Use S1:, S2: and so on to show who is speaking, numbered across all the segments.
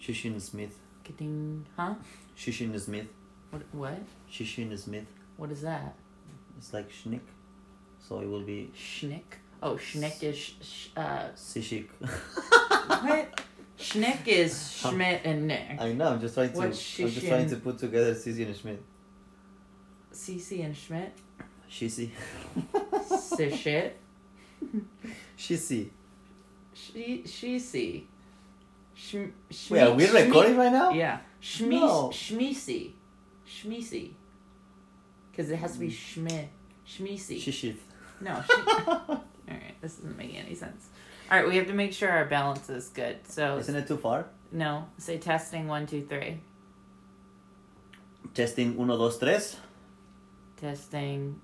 S1: Shishina Smith.
S2: Ka-ding. Huh?
S1: Shishina Smith.
S2: What? What?
S1: Shishina Smith.
S2: What is that?
S1: It's like schnick. So it will be
S2: Schnick. Oh, schnick is sh- sh- uh,
S1: Sishik.
S2: what? Schnick is Schmidt and Nick.
S1: I know, I'm just trying to
S2: What's
S1: I'm just trying
S2: Shishin?
S1: to put together Sissy and Schmidt.
S2: Cece and Schmidt.
S1: Shisi.
S2: Sishit.
S1: Shisi.
S2: She she see. Shm- Shmi-
S1: Wait, are we
S2: Shmi-
S1: recording right now?
S2: Yeah. Shmi
S1: No.
S2: Shmisi. Shmisi. Because it has to be
S1: Hmm.
S2: Schmidt. Shmisi.
S1: Shishith.
S2: no. Sh- Alright, this doesn't make any sense. Alright, we have to make sure our balance is good. So,
S1: Isn't it too far?
S2: no. Say testing one, two, three.
S1: Testing uno, dos, tres.
S2: Testing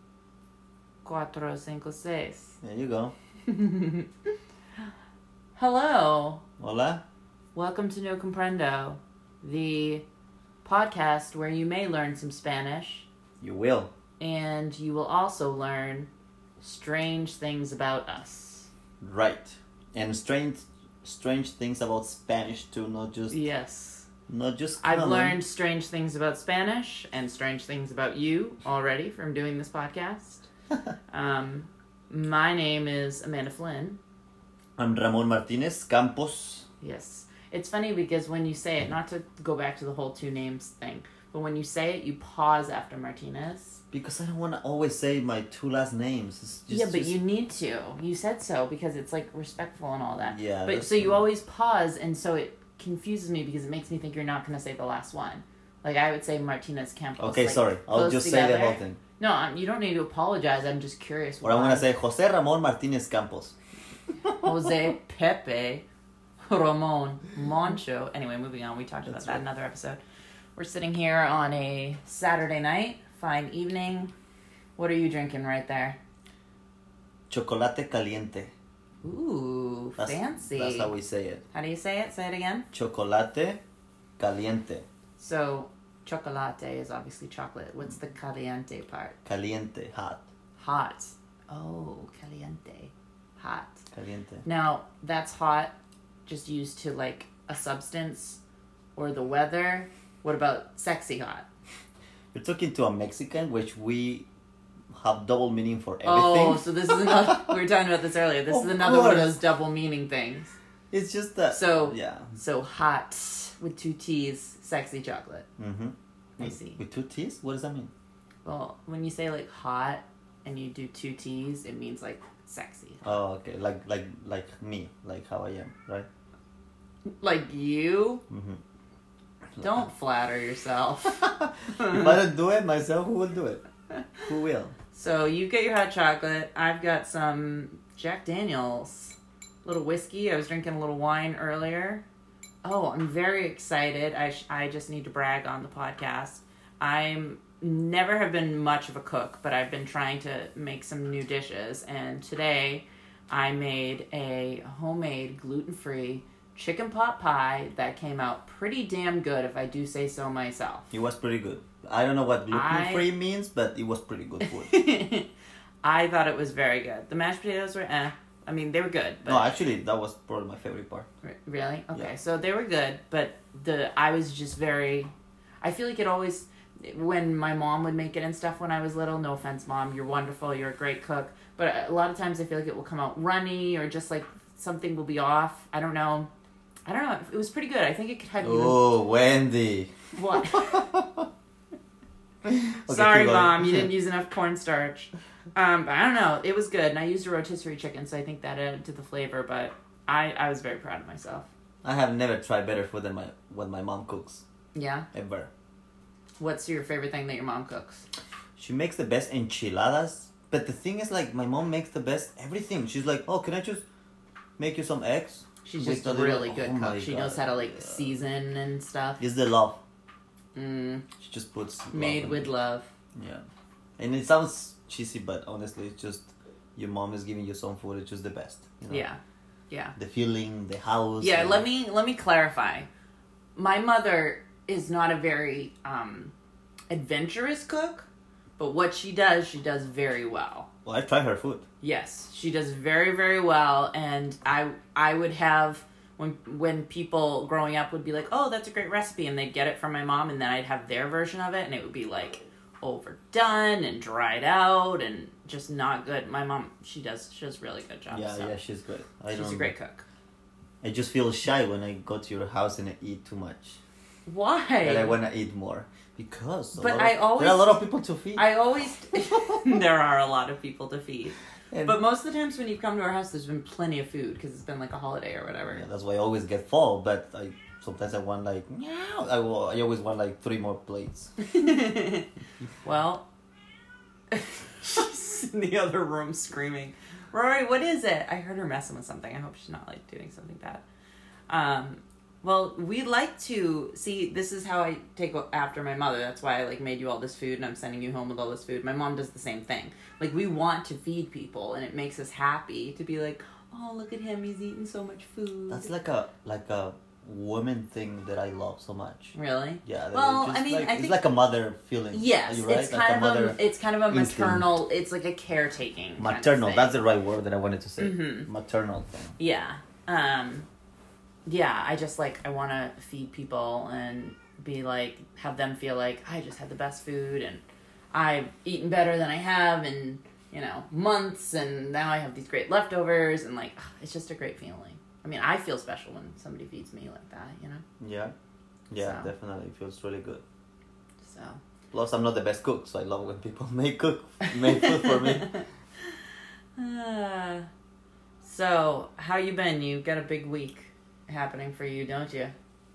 S2: cuatro, cinco, seis.
S1: There you go.
S2: Hello.
S1: Hola.
S2: Welcome to No Comprendo, the podcast where you may learn some Spanish
S1: You will.
S2: and you will also learn strange things about us.
S1: Right. And strange strange things about Spanish too, not just
S2: Yes.
S1: not just
S2: I've
S1: common.
S2: learned strange things about Spanish and strange things about you already from doing this podcast. Um, my name is Amanda Flynn.
S1: I'm Ramon Martinez Campos.
S2: Yes. It's funny because when you say it, not to go back to the whole two names thing, but when you say it, you pause after Martinez.
S1: Because I don't wanna always say my two last names. It's just,
S2: yeah, but
S1: just-
S2: you need to. You said so because it's like respectful and all that.
S1: Yeah,
S2: But
S1: that's
S2: so you
S1: true.
S2: always pause, and so it confuses me because it makes me think you're not going to say the last one. Like I would say Martinez Campos.
S1: Okay,
S2: like,
S1: sorry. I'll
S2: close
S1: just say the
S2: together.
S1: whole thing.
S2: No, um, you don't need to apologize. I'm just curious.
S1: Or I'm
S2: why
S1: gonna say Jose Ramon Martinez Campos.
S2: Jose Pepe Ramon Moncho. Anyway, moving on. We talked about
S1: That's
S2: that
S1: right.
S2: in another episode. We're sitting here on a Saturday night, fine evening. What are you drinking right there?
S1: Chocolate caliente.
S2: Ooh,
S1: That's,
S2: fancy.
S1: That's how we say it.
S2: How do you say it? Say it again.
S1: Chocolate caliente.
S2: So, chocolate is obviously chocolate. What's the caliente part?
S1: Caliente. Hot.
S2: Hot. Oh, caliente. Hot.
S1: Caliente.
S2: Now, that's hot just used to like a substance or the weather. What about sexy hot?
S1: You're talking to a Mexican, which we have double meaning for everything.
S2: Oh, so this is another. we were talking about this earlier. This
S1: Of
S2: is another one of
S1: course.
S2: those double meaning things.
S1: It's just that.
S2: So-
S1: yeah.
S2: So, hot with two T's, sexy chocolate.
S1: Mm-hmm.
S2: I see.
S1: With two T's, what does that mean?
S2: Well, when you say like hot and you do two T's, it means like sexy.
S1: Oh, okay. Like like like me, like how I am, right?
S2: Like you?
S1: Mm-hmm.
S2: Don't flatter yourself.
S1: if I don't do it myself, who will do it? Who will?
S2: so you get your hot chocolate. I've got some Jack Daniels, little whiskey. I was drinking a little wine earlier. Oh, I'm very excited. I sh- I just need to brag on the podcast. I'm never have been much of a cook, but I've been trying to make some new dishes and today I made a homemade gluten-free chicken pot pie that came out pretty damn good if I do say so myself.
S1: It was pretty good. I don't know what gluten
S2: I-
S1: free means, but it was pretty good food.
S2: I thought it was very good. The mashed potatoes were eh. I mean, they were good. But
S1: no, actually, that was probably my favorite part.
S2: R- really? Okay,
S1: Yeah.
S2: so they were good, but the I was just very. I feel like it always when my mom would make it and stuff when I was little. No offense, mom, you're wonderful. You're a great cook, but a lot of times I feel like it will come out runny or just like something will be off. I don't know. I don't know. It was pretty good. I think it could have even
S1: Oh, Wendy.
S2: what?
S1: keep
S2: Sorry,
S1: going.
S2: mom, you didn't use enough cornstarch. Um, but I don't know. It was good, and I used a rotisserie chicken, so I think that added to the flavor. But I, I was very proud of myself.
S1: I have never tried better food than my what my mom cooks
S2: Yeah.
S1: ever.
S2: What's your favorite thing that your mom cooks?
S1: She makes the best enchiladas, but the thing is, like, my mom makes the best everything. She's like, oh, can I just make you some eggs?
S2: She's
S1: With
S2: just a
S1: the little-
S2: really good
S1: oh my
S2: cook. She knows
S1: God.
S2: how to like season and stuff.
S1: It's the love.
S2: Mm,
S1: She just puts love
S2: made
S1: in
S2: with
S1: it.
S2: love.
S1: Yeah, and it sounds cheesy, but honestly, it's just your mom is giving you some food. It's just the best. you know?
S2: Yeah. Yeah.
S1: The feeling, the house.
S2: Yeah,
S1: and-
S2: let me let me clarify. My mother is not a very um adventurous cook, but what she does, she does very well.
S1: Well, I try her food.
S2: Yes, she does very very well and I I would have when when people growing up would be like, "Oh, that's a great recipe," and they'd get it from my mom, and then I'd have their version of it, and it would be like overdone and dried out and just not good. My mom, she does she does really good job.
S1: yeah,
S2: so.
S1: yeah, she's good. I
S2: she's
S1: don't,
S2: a great cook.
S1: I just feel shy when I go to your house and I eat too much,
S2: Why?
S1: and I wanna eat more because. a
S2: But
S1: lot
S2: I
S1: of,
S2: always-
S1: there are a lot of people to feed.
S2: I always there are a lot of people to feed,
S1: and,
S2: but most of the times when you come to our house, there's been plenty of food because it's been like a holiday or whatever.
S1: yeah, that's why I always get full. But I sometimes I want like meow. I will, I always want like three more plates.
S2: Mm-hmm. well, she's in the other room screaming, Rory, what is it? I heard her messing with something. I hope she's not like doing something bad. Um, well, we like to see. This is how I take after my mother. That's why I like made you all this food, and I'm sending you home with all this food. My mom does the same thing. Like we want to feed people, and it makes us happy to be like, oh, look at him, he's eating so much food.
S1: That's like a like a woman thing that I love so much.
S2: really.
S1: Yeah. that
S2: Well,
S1: it's just
S2: I mean,
S1: like,
S2: I
S1: it's
S2: think-
S1: like a mother feeling.
S2: Yes,
S1: You're right?
S2: it's
S1: like
S2: kind
S1: a mother
S2: of a it's kind of a
S1: instinct.
S2: maternal. It's like a caretaking.
S1: maternal.
S2: Kind of thing.
S1: that's the right word that I wanted to say.
S2: Mm-hmm.
S1: Maternal thing.
S2: yeah. Um, yeah. I just like I want to feed people and be like have them feel like I just had the best food and I've eaten better than I have in you know months and now I have these great leftovers and like it's just a great feeling. I mean, I feel special when somebody feeds me like that. You know,
S1: Yeah. Yeah,
S2: So.
S1: definitely. It feels really good.
S2: so.
S1: Plus, I'm not the best cook, so I love when people make cook make food for me.
S2: Uh, so, how you been? You got a big week happening for you, don't you?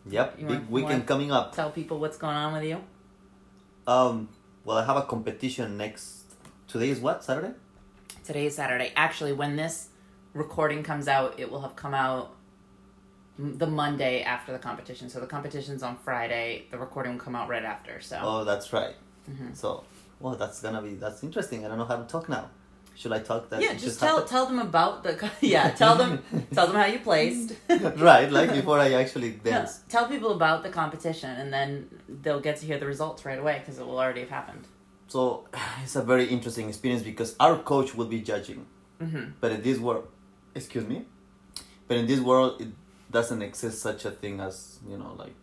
S1: Yep.
S2: You
S1: Big
S2: want-
S1: weekend
S2: want-
S1: coming up.
S2: Tell people what's going on with you.
S1: Um. Well, I have a competition next. Today is what Saturday?
S2: Today is Saturday. Actually, when this recording comes out, it will have come out m- the Monday after the competition. So the competition's on Friday. The recording will come out right after. So
S1: Oh, that's right.
S2: Mm-hmm.
S1: So, well, that's gonna be that's interesting. I don't know how to talk now. Should I talk that?
S2: yeah,
S1: it
S2: just, tell
S1: happened?
S2: tell them about the co- yeah. Tell them tell them how you placed.
S1: right, like before I actually
S2: No,
S1: dance.
S2: tell people about the competition, and then they'll get to hear the results right away because it will already have happened.
S1: So it's a very interesting experience because our coach will be judging.
S2: Mhm.
S1: But in this world, excuse me, but in this world, it doesn't exist such a thing as, you know, like,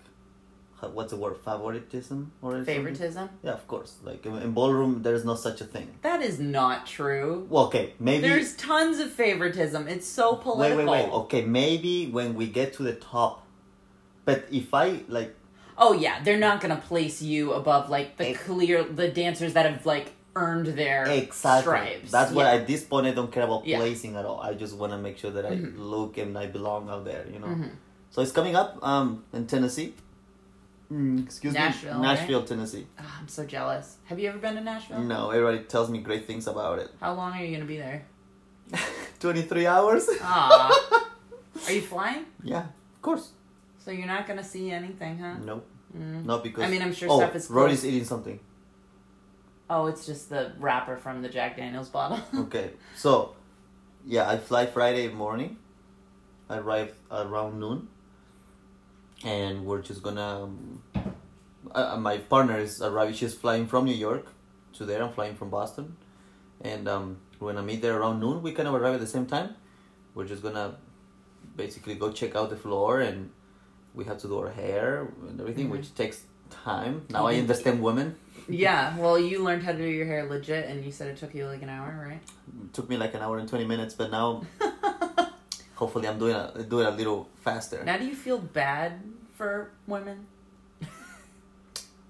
S1: how- what's the word, favoritism? or something?
S2: Favoritism.
S1: Yeah, of course. Like in, in ballroom, there's no such a thing.
S2: That is not true.
S1: Well, okay, maybe.
S2: There's tons of favoritism. It's so
S1: wait, Oh.
S2: political.
S1: wait, wait. Okay, maybe when we get to the top. But if I, like,
S2: Oh yeah, they're not gonna place you above like the
S1: Ex-
S2: clear the dancers that have like earned their
S1: Exactly.
S2: stripes.
S1: That's
S2: yeah.
S1: what at this point I don't care about
S2: Yeah. Mm-hmm.
S1: placing at all. I just want to make sure that I look and I belong out there, you know. So it's coming up um in Tennessee. Mm, excuse
S2: Nashville, right?
S1: me,
S2: Oh.
S1: Nashville, Tennessee.
S2: Ah, I'm so jealous. Have you ever been to Nashville?
S1: No, everybody tells me great things about it.
S2: How long are you gonna be there?
S1: Twenty three hours.
S2: Aw. Ah. are you flying?
S1: yeah, of course.
S2: So you're not gonna see anything, huh?
S1: No,
S2: Mm.
S1: not because.
S2: I mean, I'm sure
S1: oh,
S2: stuff is cool.
S1: Rory's eating something.
S2: Oh, it's just the wrapper from the Jack Daniels bottle.
S1: Okay, so yeah, I fly Friday morning. I arrive around noon, and we're just gonna. Um, uh, uh, my partner is arriving. She's flying from New York to there. I'm flying from Boston, and um, we're gonna meet there around noon. We kind of arrive at the same time. We're just gonna basically go check out the floor, and we have to do our hair and everything, which takes time. Now I
S2: Mhm.
S1: understand women.
S2: yeah. Well, you learned how to do your hair legit, and you said it took you like an hour, right?
S1: took me like an hour and twenty minutes, but now hopefully I'm doing a doing a little faster.
S2: Now, do you feel bad for women?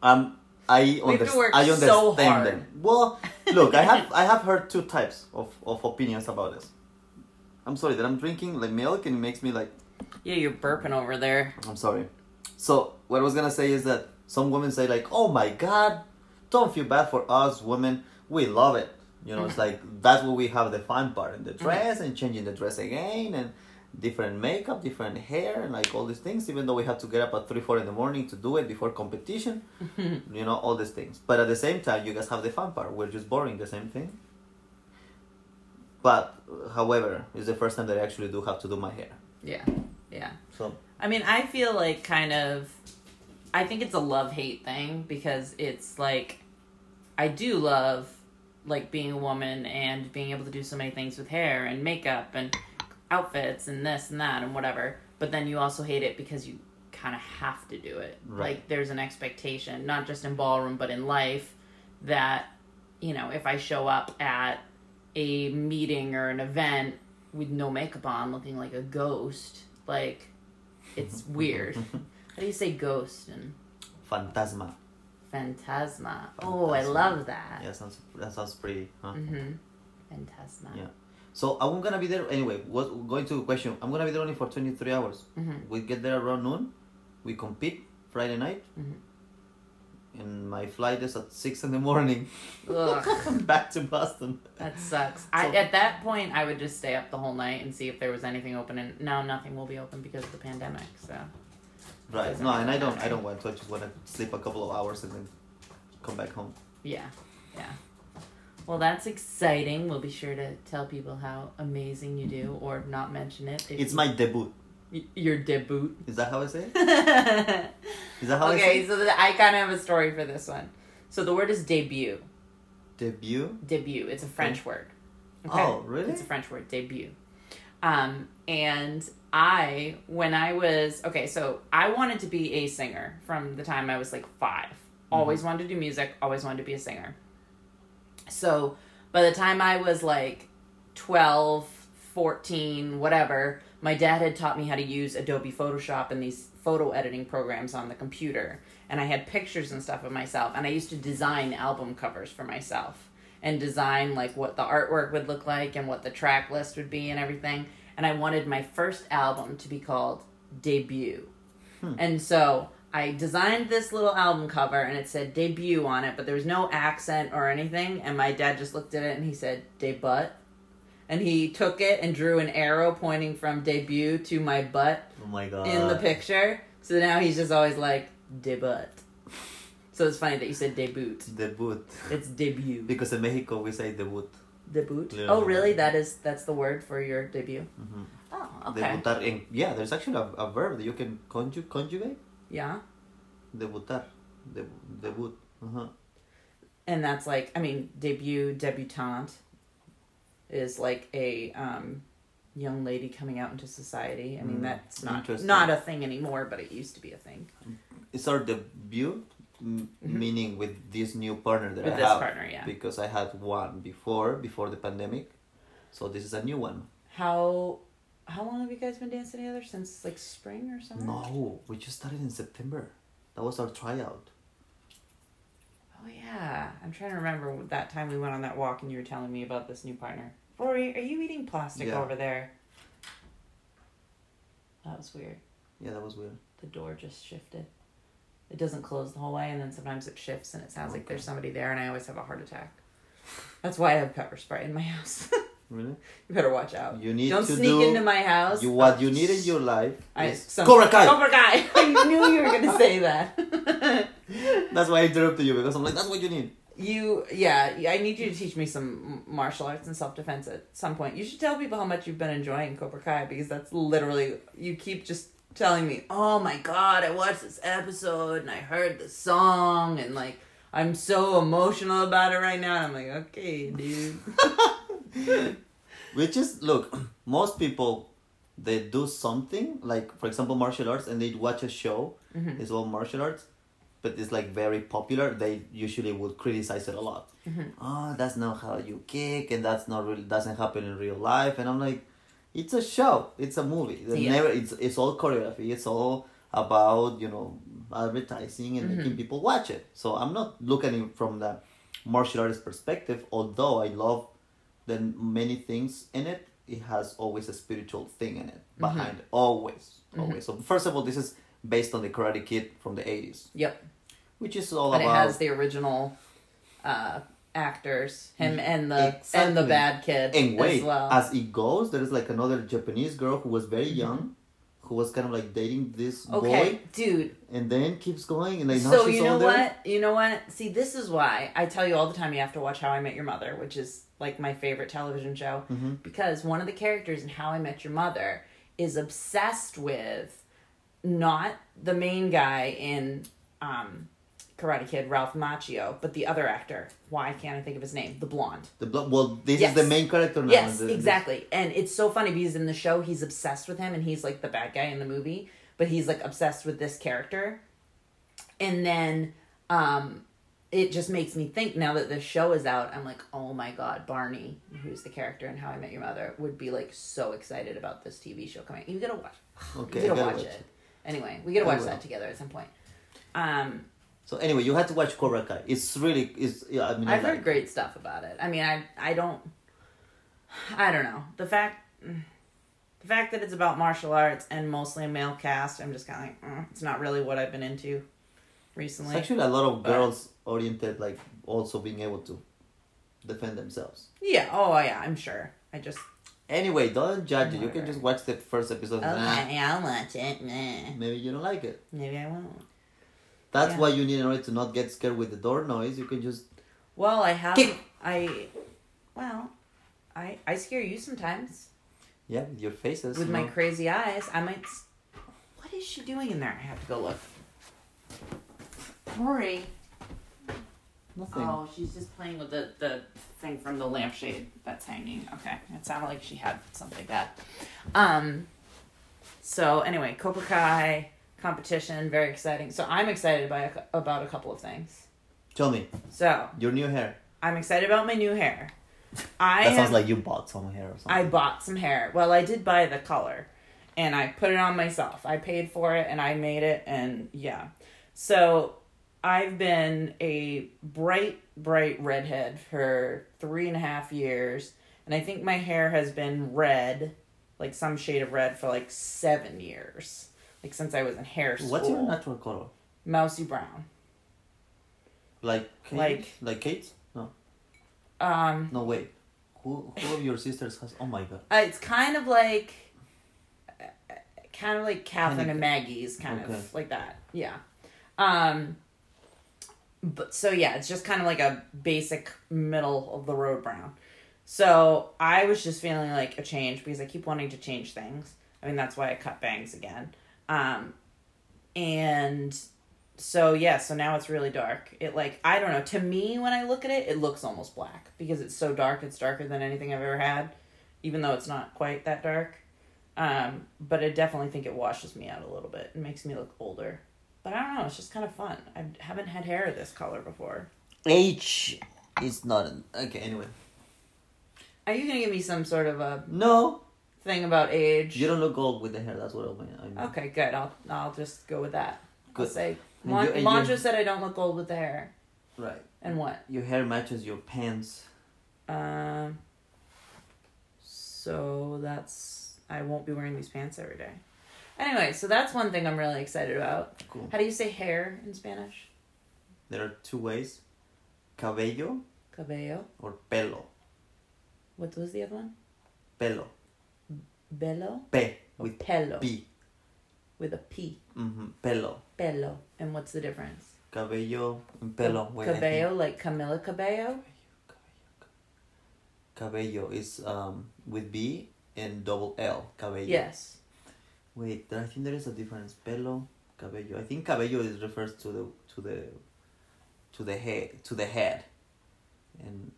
S1: Um, I
S2: We have to
S1: understand.
S2: work
S1: I
S2: so
S1: understand
S2: hard.
S1: them. Well, look, I have I have heard two types of of opinions about this. I'm sorry that I'm drinking like milk and it makes me like
S2: Yeah, you're burping over there.
S1: I'm sorry. So what I was gonna say is that some women say like, "Oh my God, don't feel bad for us women. We love it." You know, it's like that's what we have the fun part in the dress and changing the dress again and different makeup, different hair, and like all these things. Even though we have to get up at three, four in the morning to do it before competition, you know, all these things. But at the same time, you guys have the fun part. We're just boring the same thing. But however, it's the first time that I actually do have to do my hair.
S2: Yeah, yeah.
S1: So
S2: I mean, I feel like kind of. I think it's a love hate thing because it's like, I do love like being a woman and being able to do so many things with hair and makeup and outfits and this and that and whatever. but then you also hate it because you kind of have to do it.
S1: Right.
S2: Like there's an expectation, not just in ballroom but in life, that you know if I show up at a meeting or an event with no makeup on, looking like a ghost, like it's weird. How do you say ghost and
S1: Fantasma.
S2: phantasma? Oh, I
S1: Phantasma.
S2: love that.
S1: Yeah, sounds that sounds pretty. Huh?
S2: Mm-hmm. Phantasma.
S1: Yeah. So I'm gonna be there anyway. What going to a question? I'm gonna be there only for 23 hours.
S2: Mhm.
S1: We get there around noon. We compete Friday night.
S2: Mhm. Mm-hmm.
S1: And my flight is at six in the morning.
S2: Ugh,
S1: Back to Boston.
S2: that sucks. I,
S1: So-
S2: at that point, I would just stay up the whole night and see if there was anything open. And now nothing will be open because of the pandemic. So
S1: Right.
S2: Doesn't
S1: No, and I
S2: really
S1: don't. I
S2: matter.
S1: don't want to. I just want to sleep a couple of hours and then come back home.
S2: yeah, yeah. Well, that's exciting. We'll be sure to tell people how amazing you do, or not mention it. If
S1: It's
S2: you-
S1: my debut.
S2: y- your debut.
S1: Is that how I say it?
S2: okay,
S1: Is that how I say it?
S2: so the, I kind of have a story for this one. So the word is debut.
S1: Debut.
S2: debut. It's a French word.
S1: Hmm. Oh, really?
S2: It's a French word, debut. Um, and I, when I was, okay, so I wanted to be a singer from the time I was like 5
S1: Hmm.
S2: Always wanted to do music, always wanted to be a singer. So by the time I was like 12, 14, whatever, my dad had taught me how to use Adobe Photoshop and these photo editing programs on the computer. And I had pictures and stuff of myself. And I used to design album covers for myself and design like what the artwork would look like and what the track list would be and everything. And I wanted my first album to be called Debut. And so I designed this little album cover and it said debut on it, but there was no accent or anything. And my dad just looked at it and he said, debut. And he took it and drew an arrow pointing from debut to my butt
S1: Oh my god.
S2: in the picture. So now he's just always like, debut. So it's funny that you said debut.
S1: Debut.
S2: It's debut.
S1: Because in Mexico we say debut.
S2: Debut.
S1: Yeah.
S2: Oh, really? That is that's the word for your debut.
S1: Mhm.
S2: Oh, okay.
S1: Debutar. In, yeah, there's actually a, a verb that you can conju- conjugate.
S2: Yeah,
S1: Debutar. Deb debut. Uh-huh.
S2: and that's like I mean, debut debutante is like a um, young lady coming out into society. I mean,
S1: Mm,
S2: that's not
S1: interesting.
S2: not a thing anymore, but it used to be a thing
S1: It's our debut, m- meaning with this new partner that
S2: Mm-hmm. with
S1: I
S2: this
S1: have.
S2: partner. Yeah.
S1: Because I had one before before the pandemic, so this is a new one.
S2: How how long have you guys been dancing together since like spring or something?
S1: No, we just started in September. That was our tryout.
S2: Oh yeah, I'm trying to remember that time we went on that walk and you were telling me about this new partner. Rory, are you eating plastic
S1: Yeah.
S2: over there? That was weird.
S1: Yeah, that was weird.
S2: The door just shifted. It doesn't close the whole way, and then sometimes it shifts, and it sounds like there's somebody there, and I always have a heart attack. That's why I have pepper spray in my house.
S1: Really?
S2: you better watch out.
S1: You need
S2: Don't
S1: to
S2: sneak
S1: do
S2: into my house.
S1: you what you need in your life
S2: I,
S1: is
S2: some,
S1: Cobra Kai.
S2: Cobra Kai. I knew you were gonna say that.
S1: That's why I interrupted you because I'm like, that's what you need.
S2: You, yeah, I need you to teach me some m- martial arts and self defense at some point. You should tell people how much you've been enjoying Cobra Kai because that's literally, you keep just telling me, oh my god, I watched this episode and I heard the song and like, I'm so emotional about it right now. And I'm like, okay, dude.
S1: Which is look, most people they do something like for example martial arts and they watch a show.
S2: Mhm.
S1: It's all martial arts, but it's like very popular. They usually would criticize it a lot. Oh, that's not how you kick, and that's not really doesn't happen in real life. And I'm like, it's a show. It's a movie. They
S2: Yeah.
S1: Never. It's it's all choreography. It's all about you know advertising and making people watch it. So I'm not looking at it from the martial arts perspective. Although I love the many things in it, it has always a spiritual thing in it behind. Always, always. So first of all, this is based on the Karate Kid from the '80s,
S2: Yep.
S1: which is all
S2: But it
S1: about.
S2: has the original uh, actors, him and the and the
S1: Exactly.
S2: bad kid
S1: And wait,
S2: as well. Mm-hmm.
S1: as it goes, there is like another Japanese girl who was very young, who was kind of like dating this
S2: okay,
S1: boy,
S2: dude,
S1: and then keeps going, and like now
S2: so
S1: she's
S2: you know
S1: older.
S2: what you know what see this is why i tell you all the time you have to watch how i met your mother which is like my favorite television show
S1: Mhm.
S2: because one of the characters in how i met your mother is obsessed with not the main guy in um Karate Kid, Ralph Macchio, but the other actor, why can't I think of his name? The blonde.
S1: The blo- well, this
S2: Yes.
S1: is the main character now.
S2: Yes,
S1: the- this-
S2: exactly. And it's so funny because in the show he's obsessed with him and he's like the bad guy in the movie, but he's like obsessed with this character. And then um it just makes me think now that the show is out, I'm like, oh my god, Barney, who's the character in How I Met Your Mother, would be like so excited about this TV show coming. You gotta watch.
S1: Okay,
S2: you
S1: I
S2: gotta
S1: gotta
S2: watch,
S1: watch
S2: it. Anyway, we gotta
S1: I
S2: watch
S1: will.
S2: that together at some point. Um,
S1: So anyway, you had to watch Cobra Kai. It's really it's. Yeah, I mean, I
S2: I've
S1: like
S2: heard
S1: it.
S2: great stuff about it. I mean, I I don't I don't know. The fact the fact that it's about martial arts and mostly a male cast, I'm just kind of like, mm, it's not really what I've been into
S1: It's
S2: recently.
S1: actually a lot of
S2: but-
S1: girls oriented, like also being able to defend themselves.
S2: yeah, oh yeah, I'm sure. I just
S1: Anyway, don't judge it. You
S2: Whatever.
S1: can just watch the first episode.
S2: okay,
S1: and, ah,
S2: oh, I'll watch it. Meh.
S1: maybe you don't like it.
S2: Maybe I won't.
S1: That's
S2: Yeah.
S1: why you need in order to not get scared with the door noise. You can just
S2: Well, I have
S1: Kick.
S2: I well, I I scare you sometimes
S1: yeah with your faces.
S2: with
S1: you
S2: my
S1: know.
S2: crazy eyes. I might. s- What is she doing in there? I have to go look. Rory.
S1: nothing.
S2: Oh, she's just playing with the, the thing from the lampshade that's hanging. Okay. It sounded like she had something bad. Um so anyway, Cobra Kai competition, very exciting. So I'm excited by a, cou- about a couple of things.
S1: Tell me
S2: So
S1: your new hair.
S2: I'm excited about my new hair. I
S1: That
S2: have,
S1: sounds like you bought some hair or something.
S2: I bought some hair. Well, I did buy the color and I put it on myself. I paid for it and I made it and yeah. So I've been a bright, bright redhead for three and a half years. And I think my hair has been red, like some shade of red, for like seven years. Like since I was in hair school.
S1: What's your natural color?
S2: Mousy brown.
S1: Like Kate?
S2: Like-
S1: like Kate? No,
S2: Um,
S1: no wait. Who who of your sisters has? Oh my god.
S2: Uh, it's kind of like, uh, kind of like Catherine
S1: Kinda-
S2: and Maggie's, kind
S1: Okay.
S2: of like that. Yeah. Um. But so yeah, it's just kind of like a basic middle of the road brown. So I was just feeling like a change because I keep wanting to change things. I mean that's why I cut bangs again. Um, and so yeah, so now it's really dark. It like I don't know. To me, when I look at it, it looks almost black because it's so dark. It's darker than anything I've ever had even though it's not quite that dark. Um, but I definitely think it washes me out a little bit. It makes me look older. But I don't know, it's just kind of fun. I haven't had hair this color before.
S1: H is not an okay. Anyway,
S2: Are you gonna give me some sort of a
S1: no,
S2: thing about age?
S1: you don't look old with the hair. That's what I mean. I mean.
S2: Okay, good. I'll I'll just go with that. I'll
S1: Good.
S2: say
S1: And
S2: Mon-
S1: you- and you-
S2: Monjo said I don't look old with the hair.
S1: Right.
S2: And what?
S1: Your hair matches your pants.
S2: Um so that's I won't be wearing these pants every day. Anyway, so that's one thing I'm really excited about.
S1: Cool.
S2: How do you say hair in Spanish?
S1: There are two ways: cabello
S2: Cabello.
S1: or pelo.
S2: What was the other one?
S1: Pelo.
S2: Bello?
S1: P
S2: Or
S1: with
S2: pelo.
S1: P.
S2: With a P.
S1: Mm-hmm. Pelo.
S2: Pelo. And what's the difference?
S1: Cabello and pelo. Wait, I think-
S2: Cabello, like Camila Cabello?
S1: Cabello is um with B and double L. Cabello.
S2: Yes.
S1: Wait, there- I think there is a difference. Pelo, cabello. I think cabello is refers to the to the to the head to the head, and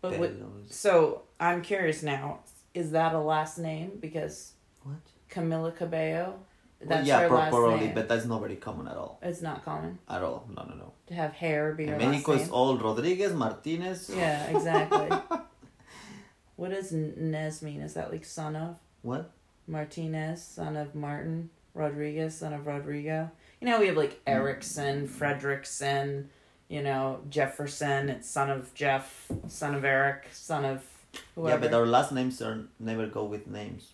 S2: But what,
S1: pelo is
S2: so I'm curious now. Is that a last name? Because
S1: what?
S2: Camila Cabello,
S1: Well,
S2: that's
S1: yeah,
S2: her
S1: pro-
S2: last
S1: probably,
S2: name.
S1: but that's not very common at all.
S2: It's not common
S1: At all, no, no, no.
S2: to have hair be your
S1: In Mexico,
S2: last
S1: it's
S2: name.
S1: all Rodriguez, Martinez.
S2: Yeah, exactly. what does Nez mean? Is that like son of?
S1: What?
S2: Martinez, son of Martin, Rodriguez, son of Rodrigo. You know, we have
S1: Hmm.
S2: like Erickson, Fredrickson, you know, Jefferson, it's son of Jeff, son of Eric, son of whoever.
S1: Yeah, but our last names are never go with names.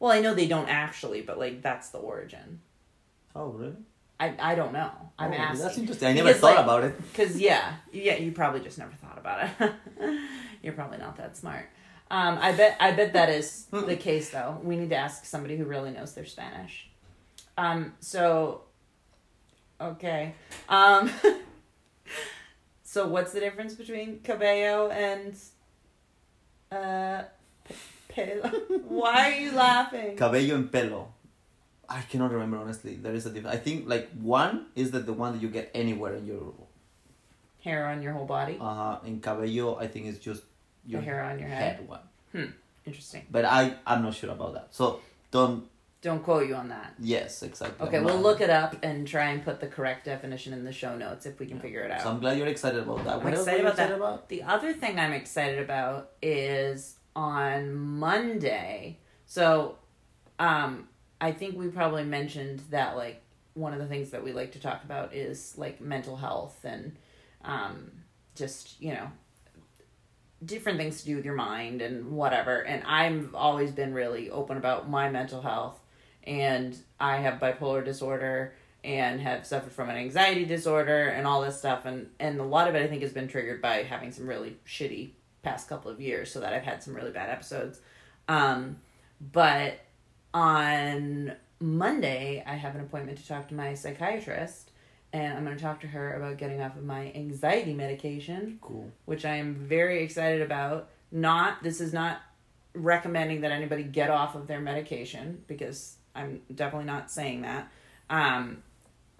S2: well, I know they don't actually, but like that's the origin.
S1: Oh, really?
S2: I, I don't know. I'm
S1: Oh, That's
S2: asking.
S1: interesting. I never
S2: Because,
S1: thought
S2: like-
S1: about it.
S2: Because, yeah, yeah, you probably just never thought about it. You're probably not that smart. Um, I bet I bet that is the case though. We need to ask somebody who really knows their Spanish. Um, so okay. Um, so what's the difference between cabello and uh pe- pelo? Why are you laughing?
S1: Cabello and pelo. I cannot remember honestly. There is a difference. I think like one is that the one that you get anywhere in your
S2: Hair on your whole body.
S1: uh in cabello. I think it's just your
S2: hair on your head.
S1: one.
S2: Interesting.
S1: But I I'm not sure about that. So don't
S2: Don't quote you on that.
S1: yes exactly.
S2: Okay,
S1: I'm
S2: we'll
S1: not-
S2: look it up and try and put the correct definition in the show notes if we can figure it out.
S1: So I'm glad you're excited about that.
S2: I'm
S1: What else
S2: excited
S1: were you
S2: about that.
S1: excited about?
S2: The other thing I'm excited about is on Monday. So, um, I think we probably mentioned that like one of the things that we like to talk about is like mental health and um, just you know different things to do with your mind and whatever. And I've always been really open about my mental health, and I have bipolar disorder and have suffered from an anxiety disorder and all this stuff. And and a lot of it I think has been triggered by having some really shitty past couple of years, so that I've had some really bad episodes. Um, but on Monday, I have an appointment to talk to my psychiatrist. And I'm going to talk to her about getting off of my anxiety medication
S1: Cool.
S2: which I am very excited about. Not this is not recommending that anybody get off of their medication because I'm definitely not saying that. Um,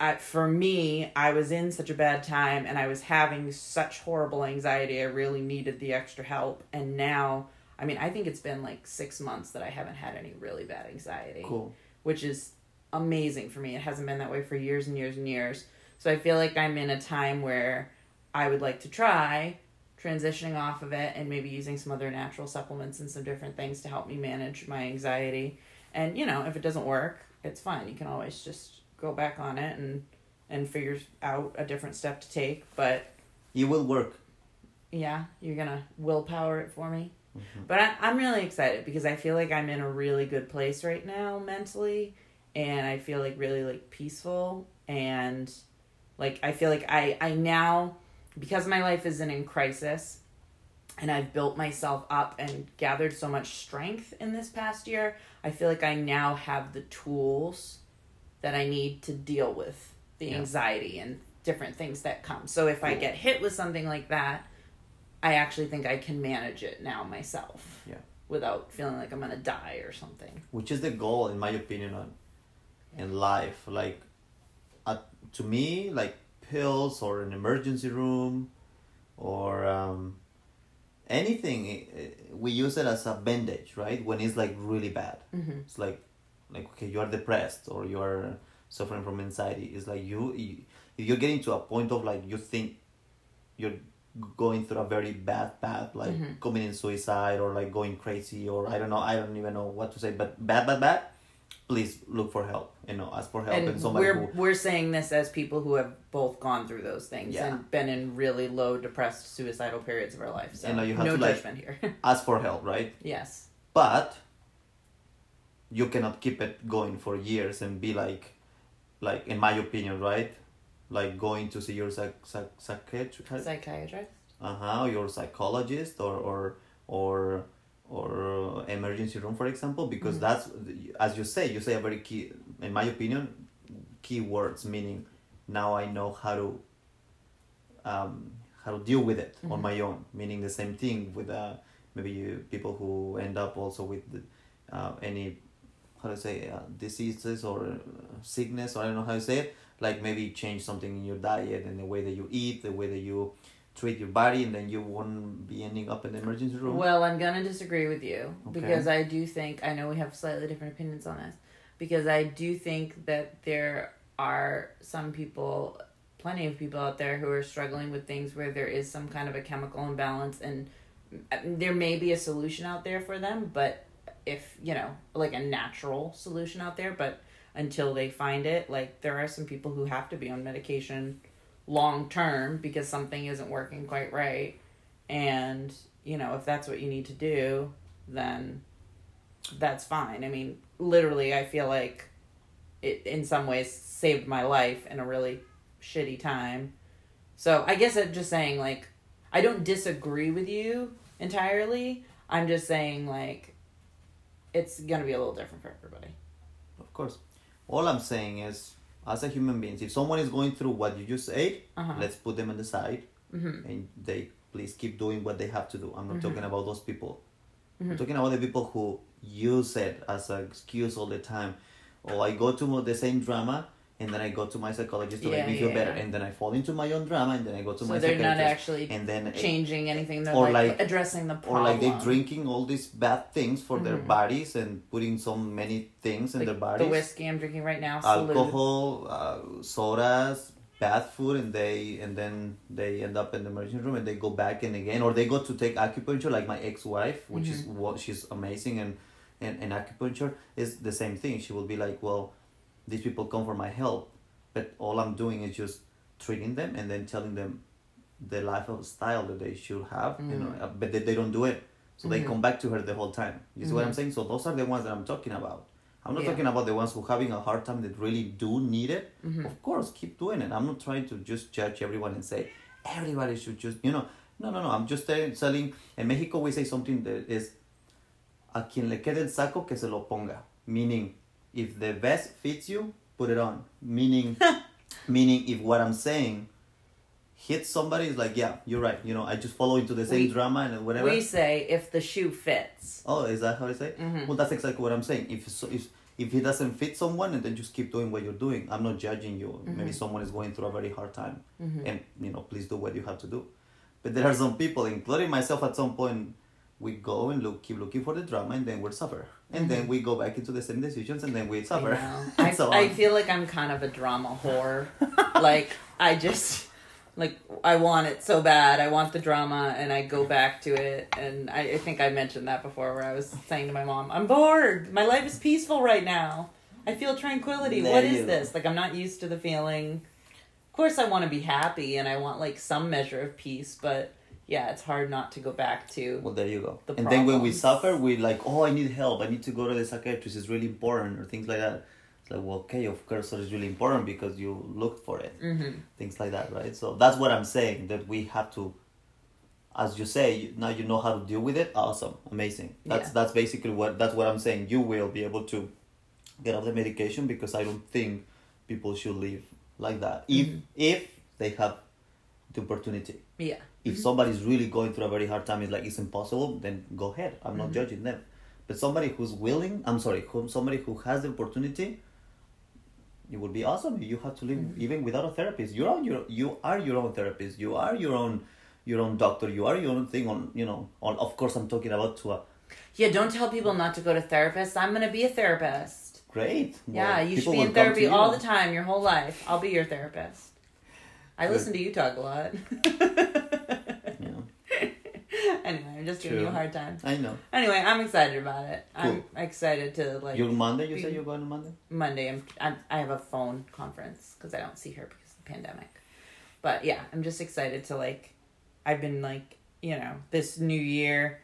S2: I, for me, I was in such a bad time and I was having such horrible anxiety. I really needed the extra help, and now I mean I think it's been like six months that I haven't had any really bad anxiety
S1: Cool.
S2: which is amazing for me. It hasn't been that way for years and years and years. So I feel like I'm in a time where I would like to try transitioning off of it and maybe using some other natural supplements and some different things to help me manage my anxiety. And you know, if it doesn't work, it's fine. You can always just go back on it and and figure out a different step to take, but
S1: It will work.
S2: yeah, you're gonna willpower it for me. But I, I'm really excited because I feel like I'm in a really good place right now mentally, and I feel like really like peaceful and like I feel like I I now because my life isn't in crisis, and I've built myself up and gathered so much strength in this past year. I feel like I now have the tools that I need to deal with the
S1: Yeah.
S2: anxiety and different things that come. So if I get hit with something like that, I actually think I can manage it now myself.
S1: Yeah.
S2: Without feeling like I'm gonna die or something.
S1: which is the goal in my opinion on in life like uh, to me like pills or an emergency room or um, anything i- i- we use it as a bandage right when it's like really bad
S2: Mhm.
S1: it's like like okay you are depressed or you are suffering from anxiety it's like you, you if you're getting to a point of like you think you're going through a very bad path like committing suicide or like going crazy or i don't know i don't even know what to say but bad bad bad please look for help you know ask for help and,
S2: and
S1: somebody
S2: we're
S1: who
S2: we're saying this as people who have both gone through those things
S1: Yeah.
S2: and been in really low, depressed, suicidal periods of our life. So
S1: And now you have
S2: no
S1: to, like-
S2: judgment here.
S1: ask for help right
S2: yes.
S1: but you cannot keep it going for years and be like like in my opinion right like going to see your psych, psych, psychiatrist
S2: Psychiatrist.
S1: uh-huh your psychologist or or or or uh, emergency room for example because that's as you say you say a very key in my opinion key words meaning now i know how to um how to deal with it on my own meaning the same thing with uh maybe you, people who end up also with uh, any how to say uh, diseases or uh, sickness or i don't know how to say it like maybe change something in your diet and the way that you eat the way that you treat your body and then you won't be ending up in the emergency room
S2: Well, I'm going to disagree with you
S1: Okay.
S2: because I do think, I know we have slightly different opinions on this, because I do think that there are some people, plenty of people out there who are struggling with things where there is some kind of a chemical imbalance and uh, there may be a solution out there for them, but if, you know, like a natural solution out there, but until they find it, like there are some people who have to be on medication long term because something isn't working quite right and you know if that's what you need to do then that's fine i mean literally i feel like it in some ways saved my life in a really shitty time so i guess i'm just saying like i don't disagree with you entirely i'm just saying like it's gonna be a little different for everybody
S1: of course all i'm saying is as a human beings if someone is going through what you just said
S2: Uh-huh. Mm-hmm.
S1: let's put them on the side and they please keep doing what they have to do i'm not talking about those
S2: Mm-hmm.
S1: people i'm talking about the people who use it as an excuse all the time or I go to the same drama and then I go to my psychologist to
S2: Yeah,
S1: make me feel
S2: yeah,
S1: better,
S2: yeah.
S1: and then I fall into my own drama, and then I go to
S2: So
S1: my
S2: they're not
S1: psychiatrist,
S2: actually
S1: and then it-
S2: changing anything. They're
S1: Or
S2: like,
S1: like-
S2: addressing the
S1: or
S2: problem. Mm-hmm.
S1: like they're drinking all these bad things for their bodies and putting so many things in
S2: Like
S1: their bodies
S2: The whiskey I'm drinking right now. Salute.
S1: alcohol uh, sodas bad food and they and then they end up in the emergency room and they go back and again or they go to take acupuncture like my ex-wife which is what she's amazing and, and and acupuncture is the same thing she will be like well these people come for my help but all i'm doing is just treating them and then telling them the lifestyle that they should have you know uh, but they, they don't do it so they come back to her the whole time you see what i'm saying so those are the ones that i'm talking about i'm not
S2: Yeah.
S1: talking about the ones who having a hard time that really do need it
S2: Mm-hmm.
S1: of course keep doing it i'm not trying to just judge everyone and say everybody should just you know no no no i'm just telling telling- in mexico we say something that is a quien le quede el saco que se lo ponga meaning if the vest fits you put it on meaning meaning if what i'm saying hits somebody it's like yeah you're right you know i just follow into the same
S2: We-
S1: drama and whatever
S2: We say if the shoe fits.
S1: oh is that how you say
S2: Mm-hmm.
S1: well that's exactly what i'm saying if so if if it doesn't fit someone and then just keep doing what you're doing i'm not judging you
S2: Mm-hmm.
S1: maybe someone is going through a very hard time and you know please do what you have to do but there are some people including myself at some point we go and look keep looking for the drama and then we suffer and then we go back into the same decisions and then we suffer
S2: You know?
S1: and
S2: Mm-hmm. I,
S1: so
S2: I
S1: on.
S2: feel like I'm kind of a drama whore. like I just like I want it so bad. I want the drama, and I go back to it. And I, I think I mentioned that before, where I was saying to my mom, "I'm bored. My life is peaceful right now. I feel tranquility.
S1: There
S2: what is
S1: you-
S2: this? Like I'm not used to the feeling. Of course, I want to be happy, and I want like some measure of peace, but." Yeah, it's hard not to go back to
S1: Well, there you go.
S2: the
S1: and then when we
S2: problems.
S1: suffer, we like, oh, I need help. I need to go to the psychiatrist. It's really important, or things like that. It's like, well, okay, of course, so it's really important because you look for
S2: Mm.
S1: it. Mm-hmm. Things like that, right? So that's what I'm saying. That we have to, as you say, you, now you know how to deal with it. Awesome, amazing. That's
S2: Yeah.
S1: that's basically what that's what I'm saying. You will be able to get off the medication because I don't think people should live like that. If
S2: Mm-hmm.
S1: if they have the opportunity
S2: yeah.
S1: if somebody's really going through a very hard time, it's like it's impossible. Then go ahead. I'm
S2: Mm-hmm.
S1: not judging them. But somebody who's willing, I'm sorry, who, somebody who has the opportunity, it would be awesome. if You have to live
S2: Mm-hmm.
S1: even without a therapist. You're on your, you are your own therapist. You are your own, your own doctor. You are your own thing. On you know, on of course, I'm talking about to a
S2: Yeah, don't tell people not to go to therapists. I'm going to be a therapist.
S1: great.
S2: Yeah,
S1: Well,
S2: you should
S1: people
S2: be
S1: will
S2: in
S1: come to
S2: therapy
S1: you.
S2: all the time, your whole life. I'll be your therapist. I listen to you talk a lot.
S1: Yeah,
S2: anyway, I'm just giving you a
S1: True.
S2: hard time.
S1: I know.
S2: Anyway, I'm excited about it.
S1: Cool.
S2: I'm excited to like
S1: You're Monday. You
S2: be-
S1: say you're going on Monday.
S2: Monday. I'm, I'm I have a phone conference because I don't see her because of the pandemic. But yeah, I'm just excited to like. I've been like you know this new year,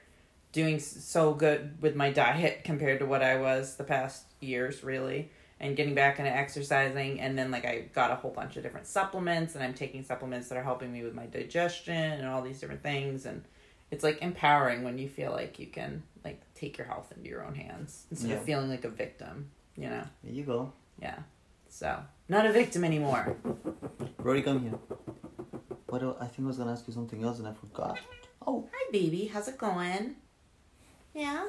S2: doing s- so good with my diet compared to what I was the past years really, and getting back into exercising. And then like I got a whole bunch of different supplements, and I'm taking supplements that are helping me with my digestion and all these different things. And it's like empowering when you feel like you can like take your health into your own hands instead
S1: Yeah.
S2: of feeling like a victim. You know.
S1: There you go.
S2: Yeah. So not a victim anymore.
S1: Rory, come here. What el- I think I was gonna ask you something else and I forgot. Oh,
S2: Hi, baby. How's it going? Yeah.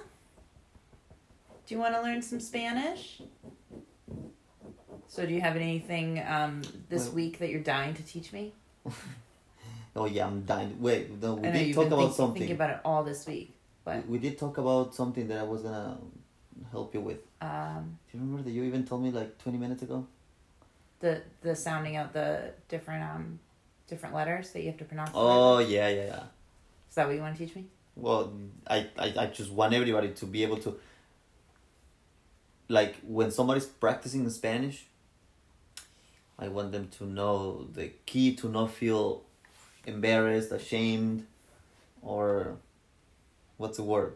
S2: Do you want to learn some Spanish? So, do you have anything um, this
S1: Well-
S2: week that you're dying to teach me?
S1: Oh yeah, I'm dying. Wait, no, we
S2: I know
S1: did
S2: you've
S1: talk
S2: been
S1: about
S2: think-
S1: something.
S2: thinking about it all this week, but
S1: we, we did talk about something that I was gonna help you with.
S2: um,
S1: Do you remember that you even told me like twenty minutes ago?
S2: the the sounding out the different um different letters that you have to pronounce.
S1: Oh yeah, yeah, yeah.
S2: Is that what you want to teach me?
S1: Well, I, I, I just want everybody to be able to. Like when somebody's practicing Spanish, I want them to know the key to not feel embarrassed, ashamed, or what's the word?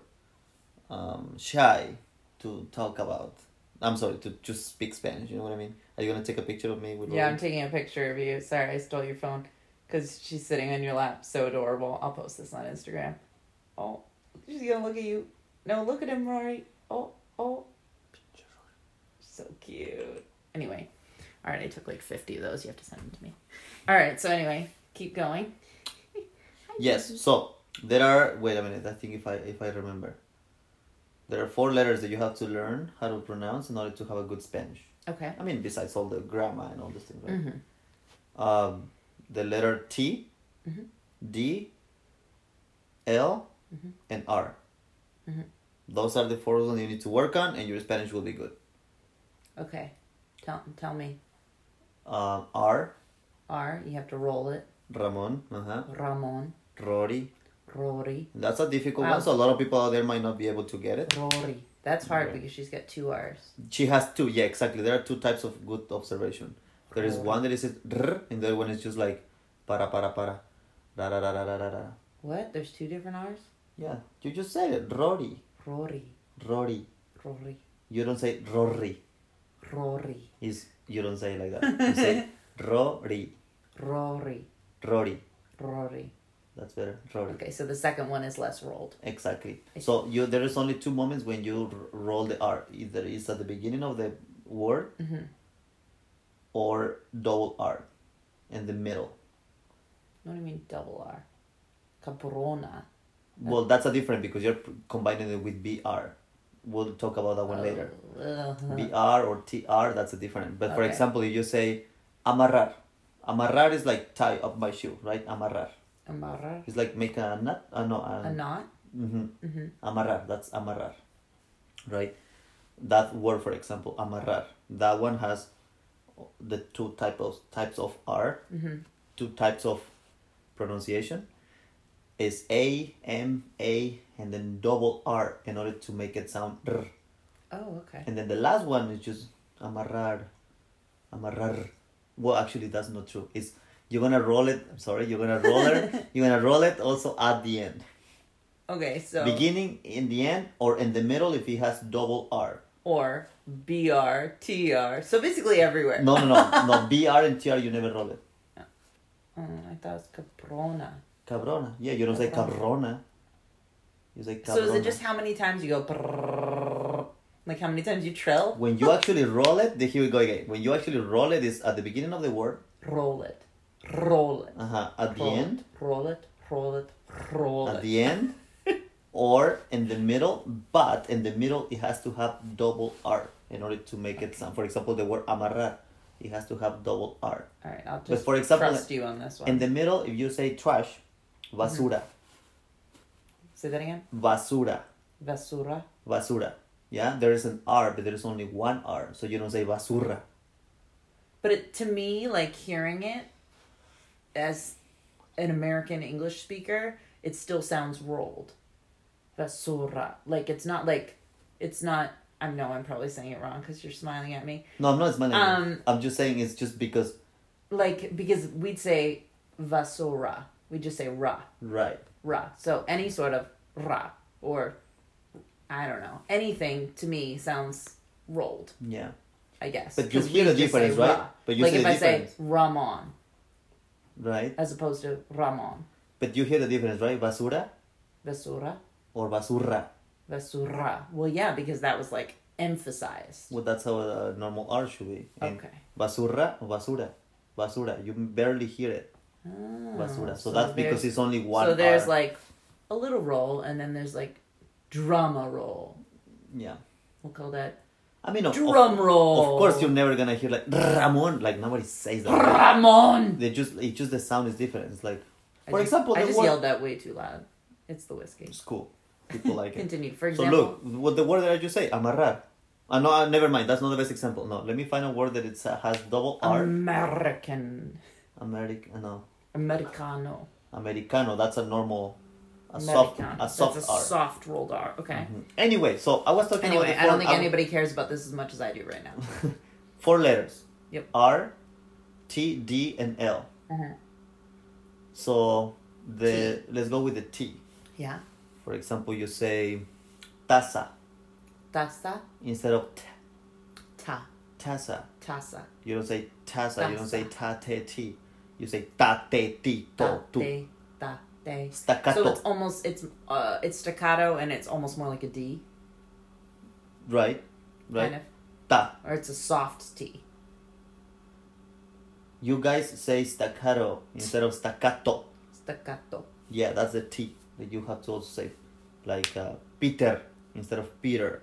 S1: Um, shy to talk about. I'm sorry, to just speak Spanish, you know what I mean? Are you gonna take a picture of me with
S2: Yeah, I'm
S1: Rory?
S2: taking a picture of you. Sorry, I stole your phone because she's sitting on your lap. So adorable. I'll post this on Instagram. Oh, she's gonna look at you. No, look at him, Rory. Oh, oh, so cute. Anyway, all right, I took like 50 of those. You have to send them to me. All right, so anyway, keep going.
S1: Yes, so there are wait a minute, I think if I if I remember. There are four letters that you have to learn how to pronounce in order to have a good Spanish.
S2: Okay.
S1: I mean, besides all the grammar and all this thing, right?
S2: hmm
S1: Um, the letter T,
S2: Mhm.
S1: D, L,
S2: Mhm.
S1: and R.
S2: Mhm.
S1: Those are the four ones you need to work on, and your Spanish will be good.
S2: Okay. Tell tell me.
S1: Um, R,
S2: R. You have to roll it.
S1: Ramon, uh-huh,
S2: Ramon.
S1: Rory.
S2: Rory.
S1: That's a difficult
S2: Wow.
S1: one, so a lot of people out there might not be able to get it.
S2: Rory. That's hard
S1: Right.
S2: because she's got two R's.
S1: She has two, yeah, exactly. There are two types of good observation. There is
S2: Rory.
S1: one that is a r, and the other one is just like para para para, ra ra ra ra ra ra ra.
S2: What? There's two different R's.
S1: Yeah, you just said it, Rory,
S2: Rory.
S1: Rory.
S2: Rory.
S1: You don't say Rory.
S2: Rory.
S1: Is you don't say it like that. You say Rory,
S2: Rory.
S1: Rory.
S2: Rory.
S1: That's better, Rory.
S2: Okay, so the second one is less rolled.
S1: Exactly. So you there is only two moments when you r- roll the R. Either it's at the beginning of the word
S2: Mhm.
S1: or double R in the middle.
S2: What do you mean double R? Caprona.
S1: Well, that's a different because you're p- combining it with BR. We'll talk about that one
S2: Uh-huh.
S1: later.
S2: Ugh.
S1: BR or TR, that's a different. But for
S2: Uh-huh. Okay.
S1: example, if you say amarrar, amarrar is like tie up my shoe, right? Amarrar.
S2: Amarrar.
S1: It's like make a nut. Uh, no,
S2: A knot.
S1: hmm
S2: Mm-hmm.
S1: Amarrar, that's amarrar, right? That word, for example, amarrar. That one has the two type of, types of R,
S2: Mm-hmm.
S1: two types of pronunciation. Is A, M, A, and then double R in order to make it sound R.
S2: Oh, okay.
S1: And then the last one is just amarrar, amarrar. Well, actually, that's not true. It's you're gonna roll it. I'm sorry, you're gonna roll it. you're gonna roll it also at the end.
S2: Okay, so
S1: Beginning in the end or in the middle if it has double R.
S2: or BR, TR. So basically everywhere.
S1: No, no, no, no. BR and TR, you never roll it.
S2: Mm, I thought it was caprona.
S1: Cabrona. Yeah, you don't say cabrona. You say cabrona.
S2: So is it just how many times you go brrrr, like how many times you trill?
S1: when you actually roll it? the- Here we go again. When you actually roll it, is at the beginning of the word.
S2: Roll it, roll it,
S1: Uh huh. At the
S2: roll
S1: end.
S2: it, roll it, roll it, roll
S1: at
S2: it.
S1: the end or in the middle but in the middle it has to have double r in order to make it sound for example the word amarrar it has to have double r
S2: All right, I'll
S1: but
S2: just
S1: for example
S2: trust you on this one.
S1: in the middle if you say trash basura
S2: Say that again.
S1: basura
S2: Basura.
S1: basura yeah there is an r but there is only one r so you don't say basura
S2: But it, to me, like hearing it as an American English speaker, it still sounds rolled. Basura. Like it's not like it's not. I know I'm probably saying it wrong because you're smiling at me.
S1: no i'm not smiling
S2: Um,
S1: i'm just saying it's just because
S2: Like because we'd say vasura, we just say ra
S1: right
S2: ra. So any sort of ra or I don't know anything to me sounds rolled.
S1: yeah
S2: I guess.
S1: But you
S2: 'Cause
S1: hear
S2: we
S1: the
S2: just say
S1: difference, right?
S2: ra.
S1: But you
S2: like
S1: see
S2: if
S1: the
S2: I
S1: difference.
S2: say Ramon
S1: right
S2: as opposed to Ramon.
S1: but you hear the difference right basura
S2: Basura.
S1: or basura
S2: Basura. Well, yeah, because that was like emphasized.
S1: well that's how a normal r should be And
S2: Okay.
S1: Basura, basura, basura. You barely hear it. Basura.
S2: Oh,
S1: so, that's because
S2: there's-
S1: it's only one.
S2: So there's
S1: R.
S2: like a little roll, and then there's like drama roll.
S1: yeah.
S2: We'll call that
S1: I mean, of, of,
S2: drum roll.
S1: of course, you're never gonna hear like Ramon. Like nobody says that.
S2: Ramon.
S1: they just it's just the sound is different. It's like,
S2: I
S1: for
S2: just-
S1: example,
S2: I
S1: the
S2: just
S1: word
S2: yelled that way too loud. It's the whiskey.
S1: it's cool. People like it.
S2: Continue. For
S1: So
S2: example,
S1: look, what the word that I just say, amarrar. Uh, no, uh, never mind. That's not the best example. No, let me find a word that it's, uh, has double R.
S2: American,
S1: American, no,
S2: Americano,
S1: Americano. That's a normal, a soft,
S2: Americano.
S1: a soft
S2: That's a
S1: R. Mm-hmm.
S2: soft rolled R. Okay.
S1: Anyway, so I was talking
S2: Anyway,
S1: about. the
S2: I don't
S1: form-
S2: think anybody cares about this as much as I do right now.
S1: Four letters.
S2: Yep.
S1: R, T, D, and L.
S2: Mhm.
S1: So the let's go with the T.
S2: Yeah.
S1: For example, you say taza
S2: Tasa,
S1: instead of t-
S2: ta,
S1: taza.
S2: tasa,
S1: You don't say taza. You don't say
S2: Taza.
S1: ta te ti. You say ta te ti
S2: ta,
S1: to tu.
S2: te, ta, te.
S1: Staccato.
S2: So it's almost it's uh it's staccato and it's almost more like a D,
S1: right, right.
S2: kind of,
S1: Ta.
S2: or it's a soft T.
S1: You guys say staccato instead of staccato.
S2: Staccato.
S1: Yeah, that's the T that you have to also say, like uh, Peter. instead of Peter.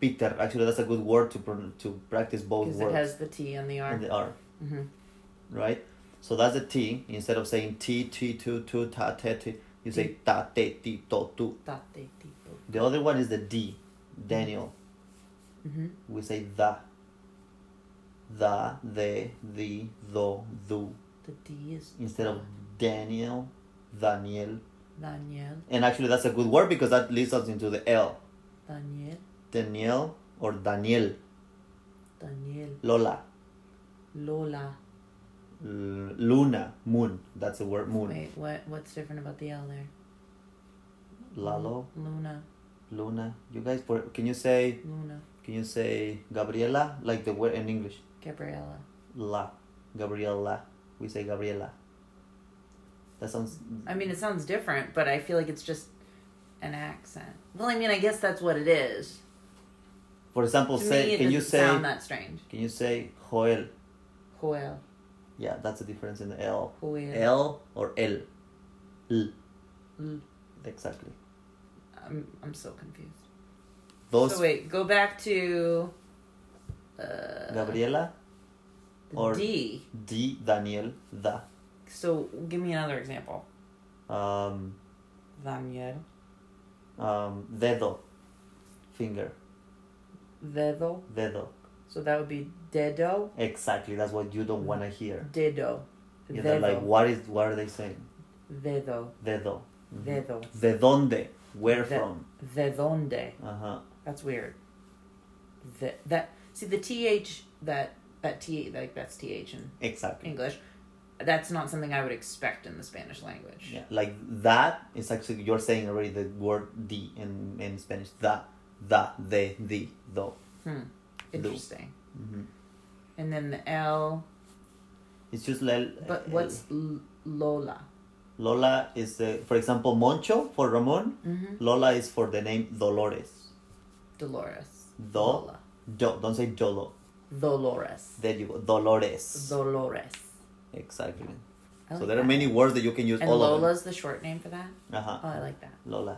S1: Peter. Actually, that's a good word to pron- to practice both
S2: because it
S1: words.
S2: has the T and the R.
S1: and the R.
S2: Mhm.
S1: Right. So that's the T. Instead of saying T T two two ta te ti, you say ta te ti to tu.
S2: Tate tipo.
S1: The other one is the D. Daniel.
S2: Mhm.
S1: We say the. The, the, the, do, do.
S2: The D is
S1: Instead of Daniel, Daniel.
S2: Daniel.
S1: And actually, that's a good word because that leads us into the L.
S2: Daniel.
S1: Daniel or Daniel.
S2: Daniel.
S1: Lola.
S2: Lola.
S1: L- Luna. Moon. That's the word moon.
S2: Wait, what? What's different about the L there?
S1: Lalo.
S2: Luna.
S1: Luna. You guys, for- can you say,
S2: Luna.
S1: can you say Gabriela? Like the word in English.
S2: Gabriella.
S1: La. Gabriela. We say Gabriela. That sounds.
S2: I mean, it sounds different, but I feel like it's just an accent. Well, I mean, I guess that's what it is.
S1: For example,
S2: to
S1: say,
S2: me, it
S1: can
S2: doesn't
S1: you say,
S2: sound that strange.
S1: can you say Joel?
S2: Joel.
S1: Yeah, that's the difference in the L.
S2: Joel.
S1: L or L. L.
S2: L.
S1: Exactly.
S2: I'm, I'm so confused.
S1: Those
S2: so wait, go back to uh,
S1: Gabriela,
S2: the
S1: or-
S2: D.
S1: D, Daniel, the.
S2: So give me another example.
S1: Um,
S2: Daniel.
S1: um, dedo, finger,
S2: Dedo.
S1: dedo.
S2: So that would be dedo.
S1: Exactly. That's what you don't want to hear.
S2: Dedo.
S1: Yeah, they're like, what is? What are they saying?
S2: dedo.
S1: Dedo. Mm-hmm.
S2: Dedo.
S1: De donde?
S2: De-
S1: Where from?
S2: De donde.
S1: Uh huh.
S2: That's weird. The, that see the th that that t like that's th in
S1: Exactly.
S2: English. That's not something I would expect in the Spanish language.
S1: Yeah, like that is actually you're saying already the word the in in Spanish the the de the do.
S2: Hmm. Interesting.
S1: Mhm.
S2: And then the L.
S1: It's just like
S2: But what's l- Lola?
S1: Lola is uh, for example Moncho for Ramon.
S2: Mm-hmm.
S1: Lola is for the name Dolores.
S2: Dolores.
S1: Do-
S2: Lola.
S1: Jo, don't say Jolo.
S2: Dolores.
S1: There you go, Dolores.
S2: Dolores.
S1: exactly.
S2: I
S1: so
S2: like
S1: there are
S2: that.
S1: many words that you can use.
S2: And
S1: all
S2: Lola's the short name for that.
S1: of them. Uh
S2: Oh,
S1: huh.
S2: I like that.
S1: Lola,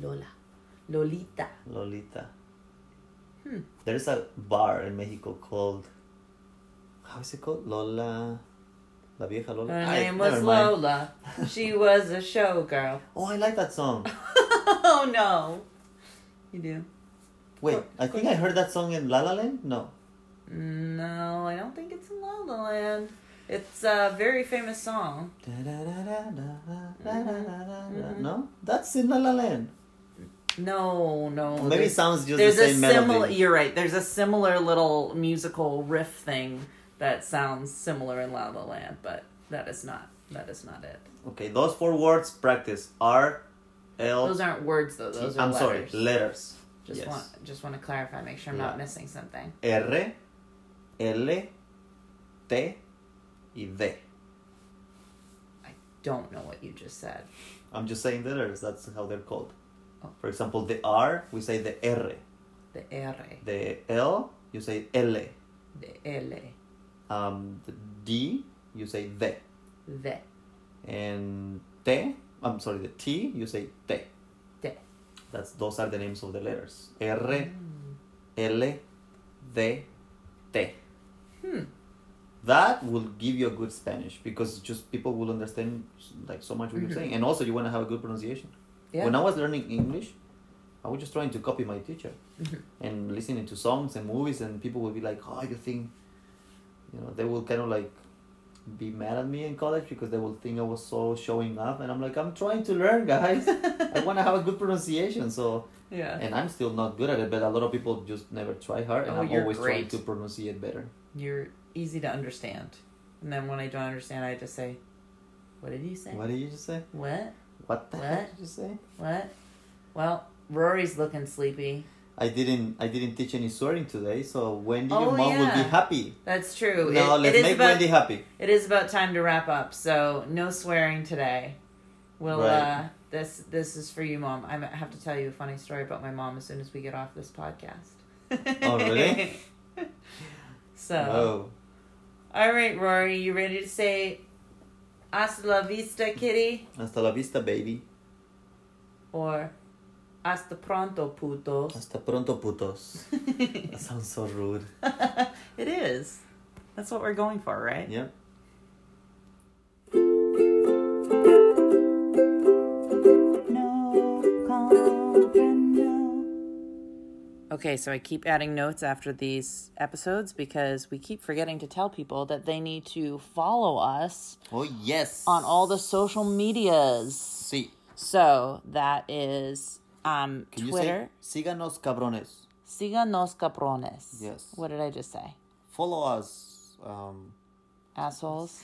S2: Lola. Lolita.
S1: Lolita.
S2: Hmm.
S1: There's a bar in Mexico called. How is it called? Lola. La vieja Lola.
S2: Her
S1: Ay,
S2: name was
S1: never mind.
S2: Lola. She was a showgirl.
S1: Oh, I like that song.
S2: oh no. You do?
S1: Wait,
S2: Cool,
S1: I
S2: cool.
S1: think I heard that song in La La Land. No,
S2: No, I don't think it's in La La Land. It's a very famous song. Mhm.
S1: no, that's in La La Land.
S2: No, no.
S1: Maybe it
S2: Oh, there's-
S1: sounds just the
S2: there's
S1: same
S2: a similar.
S1: melody.
S2: You're right. There's a similar little musical riff thing that sounds similar in La La Land, but that is not. That is not it.
S1: Okay, those four words. Practice R, L.
S2: Those aren't words though.
S1: T-
S2: Those are
S1: Oh. I'm
S2: letters.
S1: sorry, letters.
S2: Just
S1: yes.
S2: want just want to clarify. Make sure I'm not
S1: Yeah.
S2: missing something.
S1: R, L, T, y D.
S2: Don't know what you just said.
S1: I'm just saying letters. That's how they're called.
S2: Oh.
S1: For example, the R, we say the R.
S2: The R,
S1: The L, you say L.
S2: the L,
S1: Um, the D, you say D.
S2: the
S1: and te. I'm sorry, the T. You say te.
S2: Te.
S1: That's those are the names of the letters. R,
S2: Mm.
S1: L, D, T.
S2: Hmm.
S1: That will give you a good Spanish because just people will understand like so much
S2: Mhm.
S1: what you're saying, and also you want to have a good pronunciation.
S2: Yeah.
S1: When I was learning English, I was just trying to copy my teacher
S2: Mhm.
S1: and listening to songs and movies, and people would be like, "Oh, you think," you know, they will kind of like be mad at me in college because they will think I was so showing up, and I'm like, "I'm trying to learn, guys. I want to have a good pronunciation." So,
S2: yeah.
S1: and I'm still not good at it, but a lot of people just never try hard, and
S2: Oh,
S1: I'm
S2: you're
S1: always trying
S2: great.
S1: to pronunciate better.
S2: you're easy to understand. And then when I don't understand, I just say, "What did you say?
S1: What did you just say?
S2: What?
S1: What the heck
S2: What?
S1: did you say?
S2: What? Well, Rory's looking sleepy.
S1: I didn't. I didn't teach any swearing today. So Wendy,
S2: Oh,
S1: your mom will be
S2: yeah.
S1: happy.
S2: That's true.
S1: No,
S2: It-
S1: let's
S2: it is
S1: make
S2: about,
S1: Wendy happy.
S2: It is about time to wrap up. So no swearing today. We'll
S1: Right.
S2: uh, this this is for you, mom. I have to tell you a funny story about my mom as soon as we get off this podcast.
S1: Oh, really?
S2: so
S1: Oh,
S2: all right, Rory, you ready to say "Hasta la vista, kitty"
S1: hasta la vista, baby.
S2: or Hasta pronto, putos.
S1: Hasta pronto, putos.
S2: it
S1: That sounds so rude.
S2: is. That's what we're going for, right?
S1: Yeah.
S2: Okay, so I keep adding notes after these episodes because we keep forgetting to tell people that they need to follow us
S1: Oh yes.
S2: on all the social medias.
S1: Sí.
S2: So that is um,
S1: Can
S2: Twitter.
S1: you say síganos cabrones?
S2: Síganos cabrones.
S1: Yes.
S2: What did I just say?
S1: Follow us. Um,
S2: Assholes.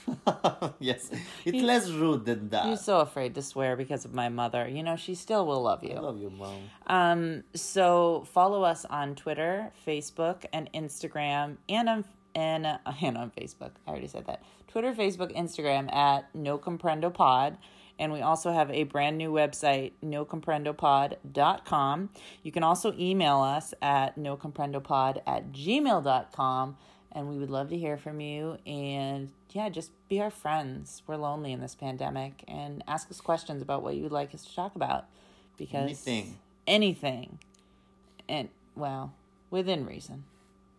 S1: yes, it's less rude than that.
S2: I'm so afraid to swear because of my mother. You know, she still will love
S1: I
S2: you.
S1: love you, mom.
S2: Um, so follow us on Twitter, Facebook, and Instagram, and on and uh, and on Facebook. I already said that. Twitter, Facebook, Instagram at No Comprendo Pod. And we also have a brand new website, nocomprendomopod.com. You can also email us at nocomprendomopod at gmail.com. And we would love to hear from you. And yeah, just be our friends. We're lonely in this pandemic. And ask us questions about what you would like us to talk about. Because
S1: Anything.
S2: anything and well within reason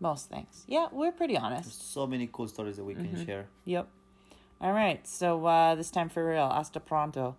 S2: most things yeah we're pretty honest
S1: So many
S2: Mm-hmm.
S1: cool stories that we can share.
S2: yep all right so uh this time for real hasta pronto